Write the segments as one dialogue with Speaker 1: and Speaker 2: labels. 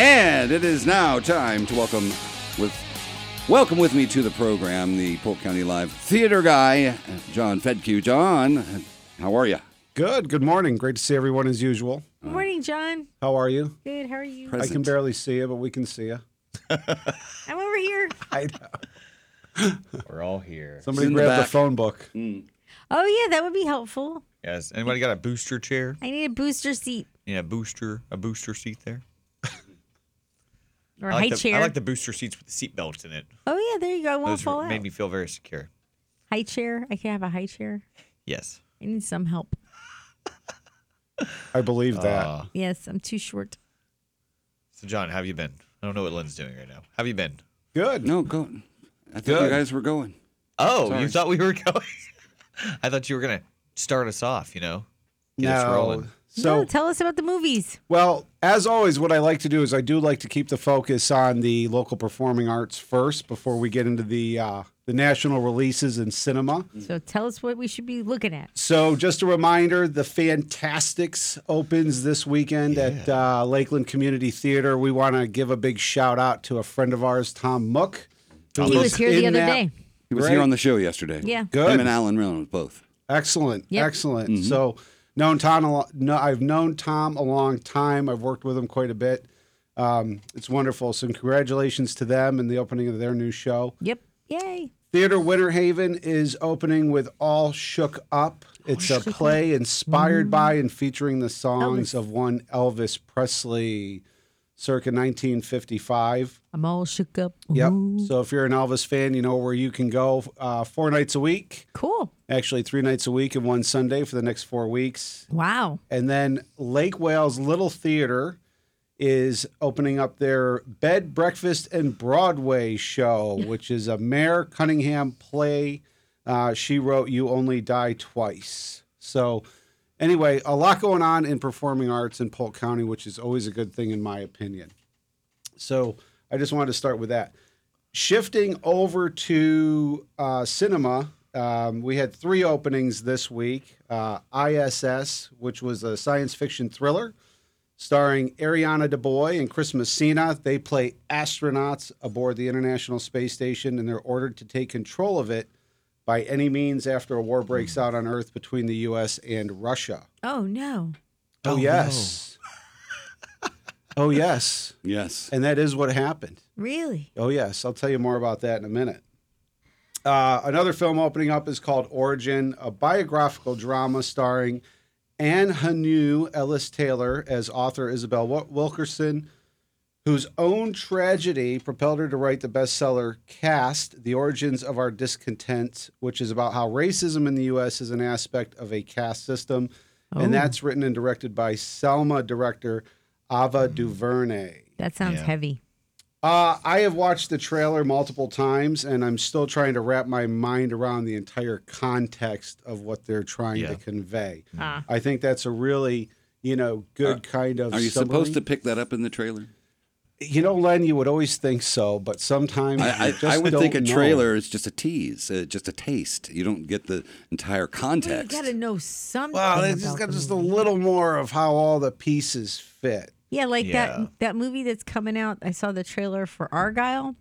Speaker 1: And it is now time to welcome with welcome with me to the program the Polk County Live Theater guy, John Fedke. John, how are you?
Speaker 2: Good. Good morning. Great to see everyone as usual.
Speaker 3: Good morning, John.
Speaker 2: How are you?
Speaker 3: Good. How are you?
Speaker 2: I can barely see you, but we can see you.
Speaker 3: I'm over here.
Speaker 2: I know.
Speaker 4: We're all here.
Speaker 2: Somebody
Speaker 1: in the
Speaker 2: grab the,
Speaker 1: back.
Speaker 2: phone book.
Speaker 3: Oh yeah, that would be helpful.
Speaker 4: Yes. Anybody got a booster chair?
Speaker 3: I need a booster seat
Speaker 4: Yeah, booster, a booster seat there.
Speaker 3: or
Speaker 4: I like
Speaker 3: high
Speaker 4: the,
Speaker 3: chair.
Speaker 4: I like the booster seats with the seat belts in it.
Speaker 3: oh yeah, there you go. I won't
Speaker 4: Those
Speaker 3: fall
Speaker 4: are-
Speaker 3: out.
Speaker 4: made me feel very secure.
Speaker 3: High chair. I can have a high chair.
Speaker 4: Yes.
Speaker 3: I need some help.
Speaker 2: I believe that.
Speaker 4: Uh,
Speaker 3: Yes, I'm too short.
Speaker 4: so, John, how have you been? I don't know what Lynn's doing right now. How have you been?
Speaker 2: Good.
Speaker 1: No, go. I thought you
Speaker 2: Good.
Speaker 1: guys were going.
Speaker 4: Oh,
Speaker 1: Sorry.
Speaker 4: you thought we were going? I thought you were gonna start us off. You know, get us rolling.
Speaker 2: So
Speaker 3: no, tell us about the movies.
Speaker 2: Well, as always, what I like to do is I do like to keep the focus on the local performing arts first before we get into the uh, the national releases in cinema.
Speaker 3: So tell us what we should be looking at.
Speaker 2: So, just a reminder: the Fantastics opens this weekend at uh, Lakeland Community Theater. We want to give a big shout out to a friend of ours, Tom Mook. who
Speaker 3: He was here the
Speaker 2: in
Speaker 3: other
Speaker 2: that-
Speaker 3: day.
Speaker 1: He was
Speaker 2: Great.
Speaker 1: here on the show yesterday.
Speaker 3: Yeah.
Speaker 2: Good.
Speaker 1: Him and Alan Reynolds both.
Speaker 2: Excellent,
Speaker 3: Yep.
Speaker 2: excellent. So, known Tom. A lo- no, I've known Tom a long time. I've worked with him quite a bit. Um, it's wonderful. So, congratulations to them and the opening of their new show.
Speaker 3: Yep. Yay.
Speaker 2: Theater Winter Haven is opening with All Shook Up. It's a play
Speaker 3: Mm-hmm.
Speaker 2: inspired by and featuring the songs of one Elvis Presley circa 1955.
Speaker 3: I'm all shook up.
Speaker 2: Yep.
Speaker 3: Ooh.
Speaker 2: So if you're an Elvis fan, you know where you can go uh, four nights a week,
Speaker 3: Cool.
Speaker 2: actually, three nights a week and one Sunday for the next four weeks.
Speaker 3: Wow.
Speaker 2: And then Lake Wales Little Theater is opening up their Bed, Breakfast, and Broadway show, which is a Mayor Cunningham play. Uh, she wrote You Only Die Twice. So, anyway, a lot going on in performing arts in Polk County, which is always a good thing, in my opinion. So, I just wanted to start with that. Shifting over to uh, cinema, um, we had three openings this week uh, ISS, which was a science fiction thriller starring Ariana DeBoy and Chris Messina. They play astronauts aboard the International Space Station and they're ordered to take control of it by any means after a war breaks out on Earth between the U.S. and Russia.
Speaker 3: Oh no.
Speaker 2: Oh, yes. oh, yes.
Speaker 1: Yes.
Speaker 2: And that is what happened.
Speaker 3: Really?
Speaker 2: Oh, yes. I'll tell you more about that in a minute. Uh, another film opening up is called Origin, a biographical drama starring Anne Hanu Ellis Taylor as author Isabel Wil- Wilkerson, whose own tragedy propelled her to write the bestseller Cast The Origins of Our Discontent, which is about how racism in the U.S. is an aspect of a caste system. And that's written and directed by Selma director Ava DuVernay.
Speaker 3: That sounds
Speaker 4: Yeah.
Speaker 3: heavy.
Speaker 2: Uh, I have watched the trailer multiple times, and I'm still trying to wrap my mind around the entire context of what they're trying
Speaker 4: Yeah.
Speaker 2: to convey.
Speaker 3: Ah.
Speaker 2: I think that's a really, you know, good kind of.
Speaker 1: Are you
Speaker 2: summary.
Speaker 1: supposed to pick that up in the trailer?
Speaker 2: You know, Len, you would always think so, but sometimes
Speaker 1: I,
Speaker 2: you
Speaker 1: I, I
Speaker 2: just
Speaker 1: would
Speaker 2: don't
Speaker 1: think a
Speaker 2: know.
Speaker 1: trailer is just a tease, uh, just a taste. You don't get the entire
Speaker 3: Well, you
Speaker 1: context.
Speaker 3: gotta know something.
Speaker 2: Wow, they
Speaker 3: about
Speaker 2: just got
Speaker 3: the
Speaker 2: just a
Speaker 3: movie.
Speaker 2: little more of how all the pieces fit.
Speaker 3: Yeah, like
Speaker 4: Yeah.
Speaker 3: that that movie that's coming out. I saw the trailer for Argyle.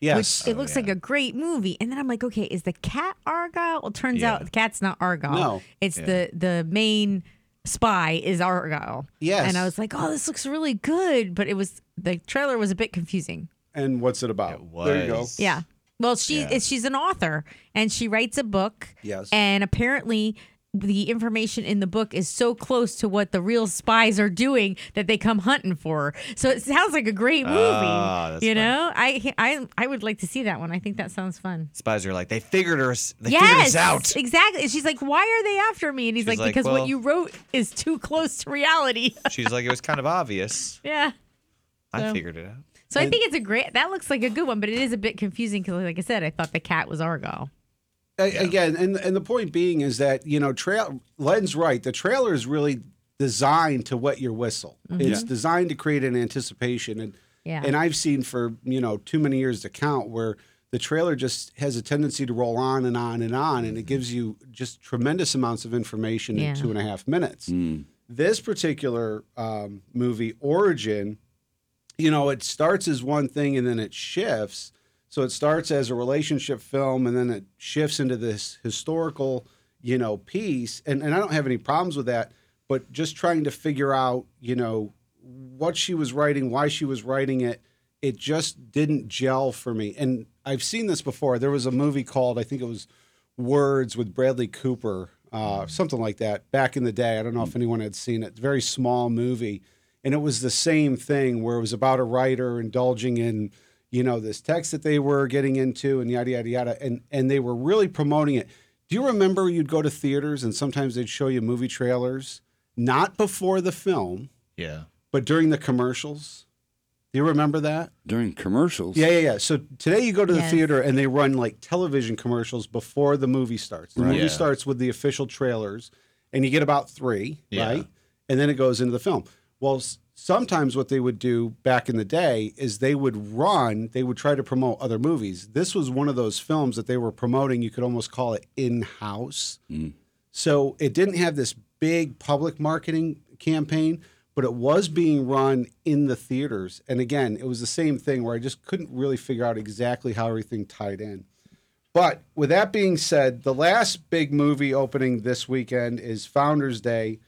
Speaker 2: Yes,
Speaker 3: Which
Speaker 4: Oh,
Speaker 3: it looks like a great movie. And then I'm like, okay, is the cat Argyle? Well, turns
Speaker 4: Yeah.
Speaker 3: out the cat's not Argyle.
Speaker 2: No.
Speaker 3: It's the the main spy is Argyle.
Speaker 2: Yes.
Speaker 3: And I was like, oh, this looks really good. But it was the trailer was a bit confusing.
Speaker 2: and what's it about?
Speaker 4: It
Speaker 2: There you go.
Speaker 4: was.
Speaker 3: Yeah. Well, she
Speaker 4: Yeah.
Speaker 3: she's an author and she writes a book.
Speaker 2: Yes.
Speaker 3: And apparently the information in the book is so close to what the real spies are doing that they come hunting for her. So it sounds like a great movie.
Speaker 4: Ah, that's
Speaker 3: you
Speaker 4: fun.
Speaker 3: know, I I I would like to see that one. I think that sounds fun.
Speaker 4: Spies are like they figured us. They figured
Speaker 3: yes,
Speaker 4: us out.
Speaker 3: exactly. And she's like, "Why are they after me?" And he's
Speaker 4: She's
Speaker 3: like,
Speaker 4: like,
Speaker 3: "Because
Speaker 4: well-
Speaker 3: what you wrote is too close to reality."
Speaker 4: She's like it was kind of obvious.
Speaker 3: yeah.
Speaker 4: I
Speaker 3: So-
Speaker 4: figured it out.
Speaker 3: So I think it's a great. That looks like a good one, but it is a bit confusing because, like I said, I thought the cat was Argo.
Speaker 2: A- again and and the point being is that you know trail len's right the trailer is really designed to wet your whistle it's designed to create an anticipation and
Speaker 3: Mm-hmm. Yeah.
Speaker 2: and i've seen for you know too many years to count where the trailer just has a tendency to roll on and on and on and it gives you just tremendous amounts of information
Speaker 3: Yeah.
Speaker 2: in two and a half minutes this particular um, movie origin you know, it starts as one thing and then it shifts. So it starts as a relationship film and then it shifts into this historical, you know, piece. And and I don't have any problems with that, but just trying to figure out, you know, what she was writing, why she was writing it, it just didn't gel for me. And I've seen this before. There was a movie called, I think it was Words with Bradley Cooper, uh, something like that, back in the day. I don't know if anyone had seen it. Very small movie and it was the same thing where it was about a writer indulging in you know this text that they were getting into and yada yada yada and and they were really promoting it do you remember you'd go to theaters and sometimes they'd show you movie trailers not before the film
Speaker 4: Yeah.
Speaker 2: but during the commercials do you remember that
Speaker 1: During commercials.
Speaker 2: yeah yeah yeah so today you go to the
Speaker 3: Yes.
Speaker 2: theater and they run like television commercials before the movie starts the
Speaker 1: Right.
Speaker 2: movie
Speaker 4: Yeah.
Speaker 2: starts with the official trailers and you get about three
Speaker 4: Yeah.
Speaker 2: right and then it goes into the film. Well, s- sometimes what they would do back in the day is they would run, they would try to promote other movies. This was one of those films that they were promoting. You could almost call it in house.
Speaker 1: Mm.
Speaker 2: So it didn't have this big public marketing campaign, but it was being run in the theaters. And again, it was the same thing where I just couldn't really figure out exactly how everything tied in. But with that being said, the last big movie opening this weekend is Founders Day,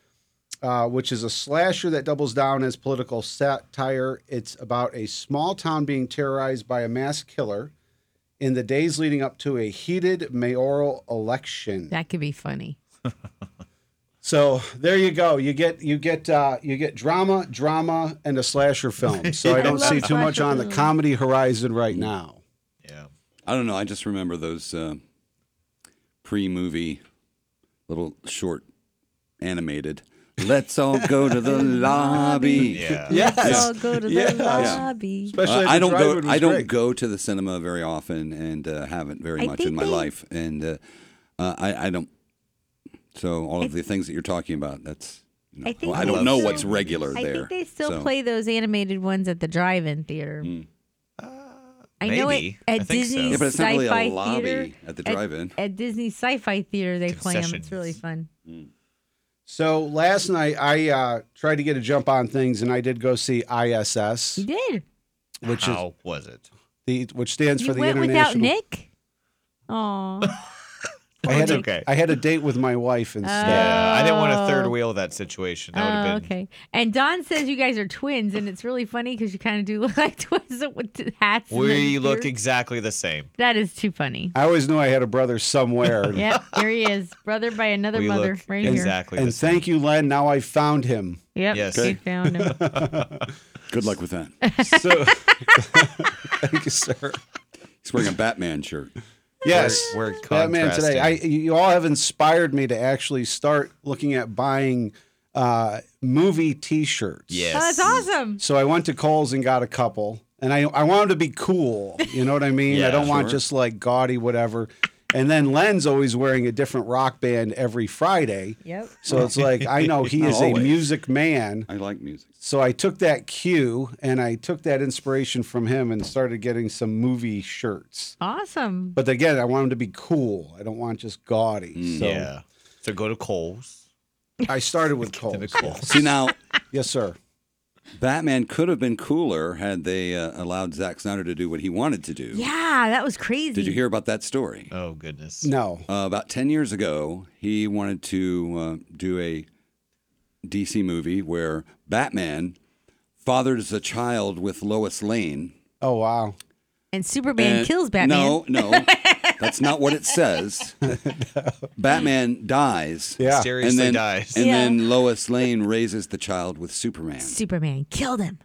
Speaker 2: uh, which is a slasher that doubles down as political satire. It's about a small town being terrorized by a mass killer in the days leading up to a heated mayoral election.
Speaker 3: That could be funny.
Speaker 2: So there you go. You get you get uh, you get drama, drama, and a slasher film. So I
Speaker 3: I
Speaker 2: don't
Speaker 3: love
Speaker 2: see too much
Speaker 3: slasher
Speaker 2: on the
Speaker 3: films.
Speaker 2: comedy horizon right now.
Speaker 4: Yeah.
Speaker 1: I don't know. I just remember those uh, pre-movie little short animated. Let's all go to the lobby.
Speaker 4: Yeah.
Speaker 2: Yes.
Speaker 3: Uh,
Speaker 5: I'll go to the
Speaker 2: Yes.
Speaker 5: lobby.
Speaker 2: Especially
Speaker 1: Uh,
Speaker 2: at
Speaker 1: I
Speaker 2: the
Speaker 1: don't
Speaker 2: drive-in
Speaker 1: go.
Speaker 2: was
Speaker 1: I don't
Speaker 2: great.
Speaker 1: go to the cinema very often, and uh, haven't very
Speaker 3: I
Speaker 1: much in
Speaker 3: think
Speaker 1: my
Speaker 3: they-
Speaker 1: life. And uh, uh, I, I don't. So all of the things that you're talking about, that's. You know,
Speaker 3: I think
Speaker 1: well, I
Speaker 3: they
Speaker 1: don't know
Speaker 3: still-
Speaker 1: what's regular
Speaker 3: I
Speaker 1: there.
Speaker 3: think they still
Speaker 1: so. Mm.
Speaker 3: play those animated ones at the drive-in theater. I know it
Speaker 4: Maybe.
Speaker 3: at
Speaker 4: I think so.
Speaker 3: Disney's
Speaker 1: Yeah, but it's not really
Speaker 3: sci-fi
Speaker 1: a lobby
Speaker 3: theater.
Speaker 1: at the drive-in.
Speaker 3: At, at Disney Sci-Fi Theater, they play them. It's really
Speaker 4: Concessions.
Speaker 3: fun.
Speaker 2: So last night I uh, tried to get a jump on things, and I did go see ISS,
Speaker 3: You did.
Speaker 2: which is
Speaker 4: How was it?
Speaker 2: the which stands
Speaker 3: you
Speaker 2: for the
Speaker 3: went
Speaker 2: international.
Speaker 3: without Nick. Oh,
Speaker 2: I had
Speaker 4: Oh, It's
Speaker 2: a,
Speaker 4: okay.
Speaker 2: I had a date with my wife instead.
Speaker 4: yeah. I didn't want to third
Speaker 3: Oh.
Speaker 4: wheel that situation. That would have been.
Speaker 3: okay. And Don says you guys are twins, and it's really funny because you kind of do look like twins with the hats. and the
Speaker 4: We look
Speaker 3: beard.
Speaker 4: exactly the same.
Speaker 3: That is too funny.
Speaker 2: I always knew I had a brother somewhere.
Speaker 3: Yep, here he is, brother by another
Speaker 4: we
Speaker 3: mother,
Speaker 4: look
Speaker 3: right
Speaker 4: exactly
Speaker 2: And
Speaker 4: the same.
Speaker 2: thank you, Len. Now I found him.
Speaker 3: here. Yep,
Speaker 4: Yes.
Speaker 3: you
Speaker 4: Okay.
Speaker 3: found him.
Speaker 1: Good luck with that.
Speaker 2: So thank you, sir.
Speaker 1: He's wearing a Batman shirt.
Speaker 2: Yes.
Speaker 4: We're, we're
Speaker 2: Batman today. I,
Speaker 4: contrasting.
Speaker 2: you you all have inspired me to actually start looking at buying uh, movie T-shirts.
Speaker 4: Yes.
Speaker 3: Oh, that's awesome.
Speaker 2: So I went to Kohl's and got a couple, and I I wanted to be cool. You know what I mean? I
Speaker 4: Yeah,
Speaker 2: don't want
Speaker 1: sure.
Speaker 2: just like gaudy whatever. And then Len's always wearing a different rock band every Friday,
Speaker 3: Yep.
Speaker 2: so it's like I know he
Speaker 1: Not
Speaker 2: is a
Speaker 1: always.
Speaker 2: music man.
Speaker 1: I like music.
Speaker 2: So I took that cue and I took that inspiration from him and started getting some movie shirts.
Speaker 3: Awesome.
Speaker 2: But again, I want them to be cool. I don't want just gaudy.
Speaker 1: Mm.
Speaker 2: So
Speaker 4: Yeah. So go to Cole's.
Speaker 2: I started with
Speaker 4: To the
Speaker 2: Coles.
Speaker 4: Coles.
Speaker 1: See now,
Speaker 2: Yes, sir.
Speaker 1: Batman could have been cooler had they uh, allowed Zack Snyder to do what he wanted to do.
Speaker 3: Yeah, that was crazy.
Speaker 1: Did you hear about that story?
Speaker 4: Oh goodness.
Speaker 2: No.
Speaker 1: Uh, about 10 years ago, he wanted to uh, do a DC movie where Batman fathers a child with Lois Lane.
Speaker 2: Oh wow.
Speaker 3: And Superman
Speaker 1: And-
Speaker 3: kills Batman.
Speaker 1: No, no. That's not what it says. Batman dies.
Speaker 2: Yeah.
Speaker 4: Mysteriously
Speaker 1: And then,
Speaker 4: dies.
Speaker 1: and
Speaker 5: Yeah.
Speaker 1: then Lois Lane raises the child with Superman.
Speaker 3: Superman killed him.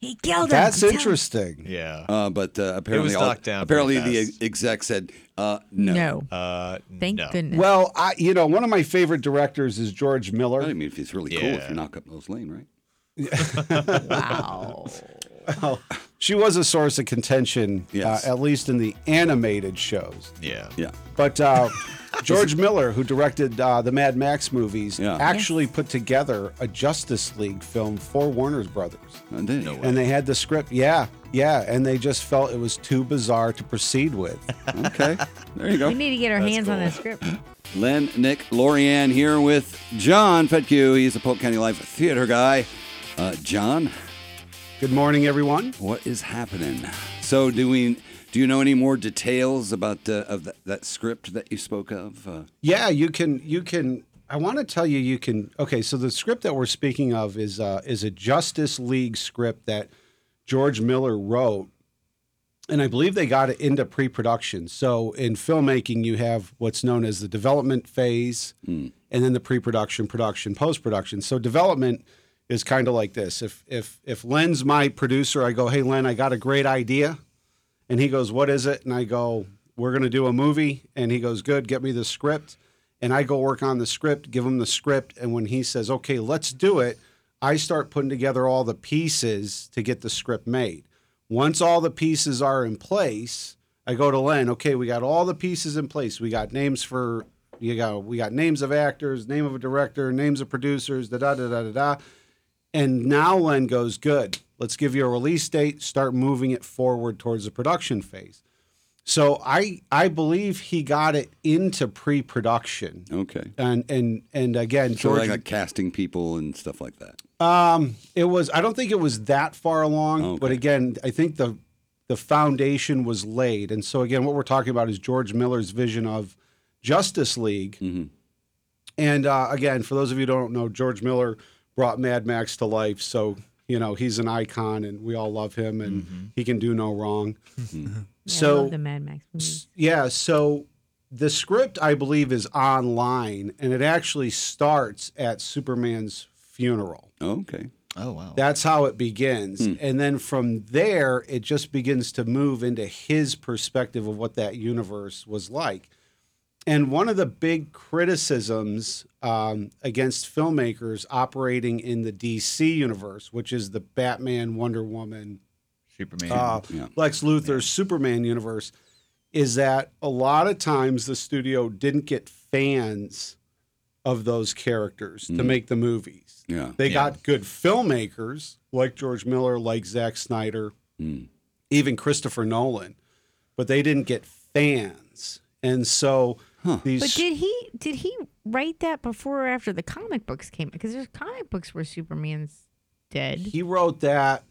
Speaker 3: He killed him.
Speaker 2: That's
Speaker 3: I'm telling-
Speaker 2: interesting.
Speaker 4: yeah.
Speaker 1: Uh, but uh, apparently, all-
Speaker 4: knocked down
Speaker 1: apparently
Speaker 4: pretty
Speaker 1: the
Speaker 4: fast.
Speaker 1: exec said uh, no.
Speaker 3: No.
Speaker 4: Uh,
Speaker 3: Thank
Speaker 4: no.
Speaker 3: goodness.
Speaker 2: Well, I you know one of my favorite directors is George
Speaker 1: I
Speaker 2: Miller.
Speaker 1: mean, if it's really cool if
Speaker 4: Yeah.
Speaker 1: you knock up Lois Lane, right?
Speaker 3: wow.
Speaker 2: She was a source of contention,
Speaker 1: Yes.
Speaker 2: uh, at least in the animated shows.
Speaker 4: Yeah.
Speaker 1: Yeah.
Speaker 2: But uh, George Miller, who directed uh, the Mad Max movies,
Speaker 1: Yeah.
Speaker 2: actually put together a Justice League film for Warner's Brothers.
Speaker 1: Uh, did he?
Speaker 4: No way.
Speaker 2: And they had the script, yeah, yeah, and they just felt it was too bizarre to proceed with.
Speaker 1: Okay. There you
Speaker 3: We
Speaker 1: go.
Speaker 3: need to get our
Speaker 4: That's
Speaker 3: hands on
Speaker 4: cool.
Speaker 3: that script.
Speaker 1: Len, Nick, Loriann here with John Fedke. He's a Polk County Life theater guy. Uh, John,
Speaker 2: Good morning, everyone.
Speaker 1: What is happening? So, do we? Do you know any more details about uh, of that, that script that you spoke of? Uh,
Speaker 2: Yeah, you can. You can. I want to tell you, you can. Okay, so the script that we're speaking of is uh, is a Justice League script that George Miller wrote, and I believe they got it into pre-production. So in filmmaking, you have what's known as the development phase, and then the pre-production, production, post-production. So development is kind of like this. If if if Len's my producer, I go, hey Len, I got a great idea. And he goes, What is it? And I go, We're going to do a movie. And he goes, Good, get me the script. And I go work on the script, give him the script. And when he says, Okay, let's do it, I start putting together all the pieces to get the script made. Once all the pieces are in place, I go to Len, Okay, we got all the pieces in place. We got names for. You got we got names of actors, name of a director, names of producers, da da da da da. da. And now Len goes, good, let's give you a release date, start moving it forward towards the production phase. So I I believe he got it into pre-production.
Speaker 1: okay.
Speaker 2: And and and again,
Speaker 1: So
Speaker 2: George,
Speaker 1: like, like casting people and stuff like that.
Speaker 2: um, it was I don't think it was that far along,
Speaker 1: Okay.
Speaker 2: but again, I think the the foundation was laid. And so again, what we're talking about is George Miller's vision of Justice League.
Speaker 1: Mhm.
Speaker 2: And uh, again, for those of you who don't know, George Miller brought Mad Max to life, so you know he's an icon, and we all love him, and he can do no wrong.
Speaker 3: I
Speaker 2: So
Speaker 3: love the Mad Max movies.
Speaker 2: yeah, so the script I believe is online, and it actually starts at Superman's funeral.
Speaker 1: Okay.
Speaker 4: Oh wow.
Speaker 2: That's how it begins.
Speaker 1: Hmm.
Speaker 2: And then from there, it just begins to move into his perspective of what that universe was like. And one of the big criticisms um, against filmmakers operating in the DC universe, which is the Batman, Wonder Woman,
Speaker 4: Superman.
Speaker 2: uh,
Speaker 1: Yeah.
Speaker 2: Lex Luthor, Superman universe, is that a lot of times the studio didn't get fans of those characters to
Speaker 1: Hmm.
Speaker 2: make the movies.
Speaker 1: Yeah.
Speaker 2: They
Speaker 4: Yeah.
Speaker 2: got good filmmakers like George Miller, like Zack Snyder,
Speaker 1: Mm.
Speaker 2: even Christopher Nolan, but they didn't get fans. And so
Speaker 1: Huh.
Speaker 2: these
Speaker 3: But did he did he write that before or after the comic books came? Because there's comic books where Superman's dead.
Speaker 2: he wrote that.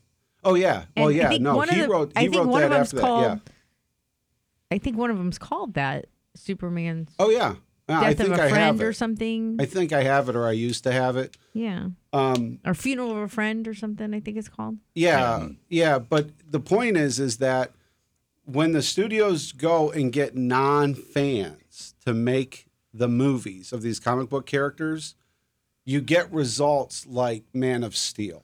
Speaker 2: Oh yeah. Oh
Speaker 3: And I
Speaker 2: yeah.
Speaker 3: think
Speaker 2: No,
Speaker 3: one of
Speaker 2: he
Speaker 3: the-
Speaker 2: wrote
Speaker 3: I
Speaker 2: he
Speaker 3: think
Speaker 2: wrote
Speaker 3: one
Speaker 2: that
Speaker 3: of them's
Speaker 2: after
Speaker 3: called
Speaker 2: that. Yeah.
Speaker 3: I think one of them's called that Superman's
Speaker 2: Oh yeah. Yeah, I
Speaker 3: death
Speaker 2: think
Speaker 3: of a
Speaker 2: I have
Speaker 3: friend or
Speaker 2: it.
Speaker 3: something.
Speaker 2: I think I have it or I used to have it.
Speaker 3: yeah,
Speaker 2: Um
Speaker 3: or funeral of a friend or something. I think it's called.
Speaker 2: Yeah, yeah, but the point is, is that when the studios go and get non-fans to make the movies of these comic book characters, you get results like Man of Steel,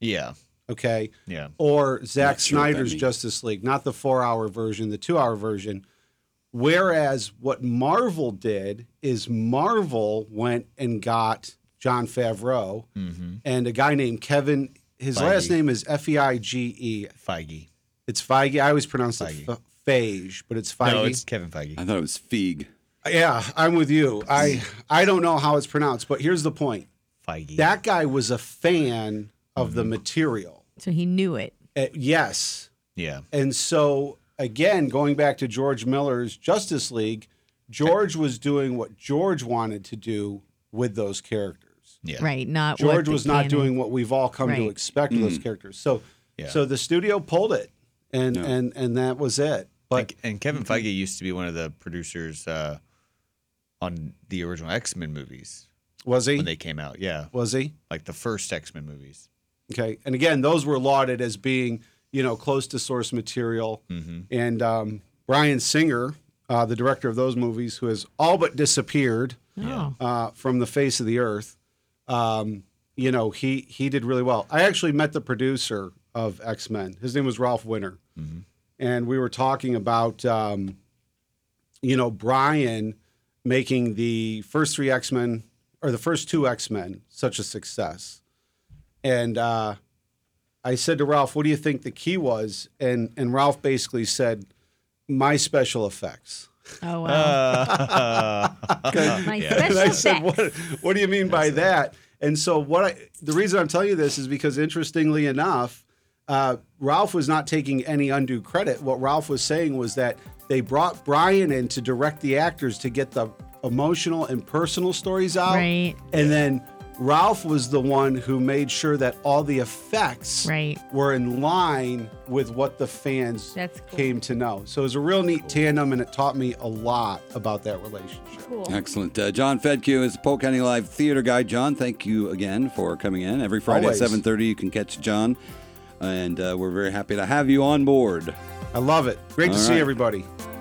Speaker 4: yeah.
Speaker 2: okay,
Speaker 4: Yeah.
Speaker 2: or Zack
Speaker 1: Not sure what that
Speaker 2: Snyder's
Speaker 1: means.
Speaker 2: Justice League, not the four-hour version, the two-hour version. Whereas what Marvel did is Marvel went and got John Favreau
Speaker 1: Hmm.
Speaker 4: Mm-hmm.
Speaker 2: and a guy named Kevin. His
Speaker 4: Feige.
Speaker 2: last name is F E I G E.
Speaker 4: Feige.
Speaker 2: It's Feige. I always pronounce it
Speaker 4: Feige.
Speaker 2: F- Phage, but it's Feige. Uh,
Speaker 4: No, it's Kevin Feige.
Speaker 1: I thought it was Feig.
Speaker 2: yeah, I'm with you. I I don't know how it's pronounced, but here's the point.
Speaker 4: Feige.
Speaker 2: That guy was a fan of
Speaker 4: Mm-hmm.
Speaker 2: the material.
Speaker 3: So he knew it.
Speaker 2: Uh, yes.
Speaker 4: yeah.
Speaker 2: And so again, going back to George Miller's Justice League, George was doing what George wanted to do with those characters.
Speaker 4: Yeah.
Speaker 3: Right. Not what
Speaker 2: George
Speaker 3: the
Speaker 2: was not
Speaker 3: canon-
Speaker 2: doing what we've all come to
Speaker 3: Right.
Speaker 2: expect with those characters. So
Speaker 4: Mm. Yeah.
Speaker 2: so the studio pulled it and
Speaker 1: Yeah.
Speaker 2: and and that was it. But Mm-hmm.
Speaker 4: and, and Kevin Feige used to be one of the producers uh, on the original X Men movies
Speaker 2: was he?
Speaker 4: when they came out. Yeah,
Speaker 2: was he?
Speaker 4: like the first X Men movies.
Speaker 2: Okay. And again, those were lauded as being, you know, close to source material.
Speaker 4: Mm-hmm.
Speaker 2: And um, Brian Singer, uh, the director of those movies, who has all but disappeared
Speaker 3: Oh.
Speaker 2: uh, from the face of the earth, um, you know, he, he did really well. I actually met the producer of X Men. His name was Ralph Winter. And we were talking about, um, you know, Brian making the first three X Men or the first two X Men such a success. And uh, I said to Ralph, "What do you think the key was?" And and Ralph basically said, "My special effects."
Speaker 3: Oh wow.
Speaker 4: Uh,
Speaker 3: My
Speaker 4: yeah.
Speaker 3: special
Speaker 2: And I said,
Speaker 3: effects.
Speaker 2: "What what do you mean by that?" And so what I the reason I'm telling you this is because interestingly enough, uh, Ralph was not taking any undue credit. What Ralph was saying was that they brought Brian in to direct the actors to get the emotional and personal stories out,
Speaker 3: Right.
Speaker 2: and then Ralph was the one who made sure that all the effects
Speaker 3: Right.
Speaker 2: were in line with what the fans
Speaker 3: That's cool.
Speaker 2: came to know. So it was a real neat tandem, and it taught me a lot about that relationship.
Speaker 3: Cool.
Speaker 1: Excellent. Uh, John Fedke is Polk County Live theater guy. John, thank you again for coming in. Every Friday
Speaker 2: Always.
Speaker 1: at 7.30, you can catch John. And uh, we're very happy to have you on board.
Speaker 2: I love it. Great to
Speaker 1: All
Speaker 2: see
Speaker 1: right.
Speaker 2: everybody.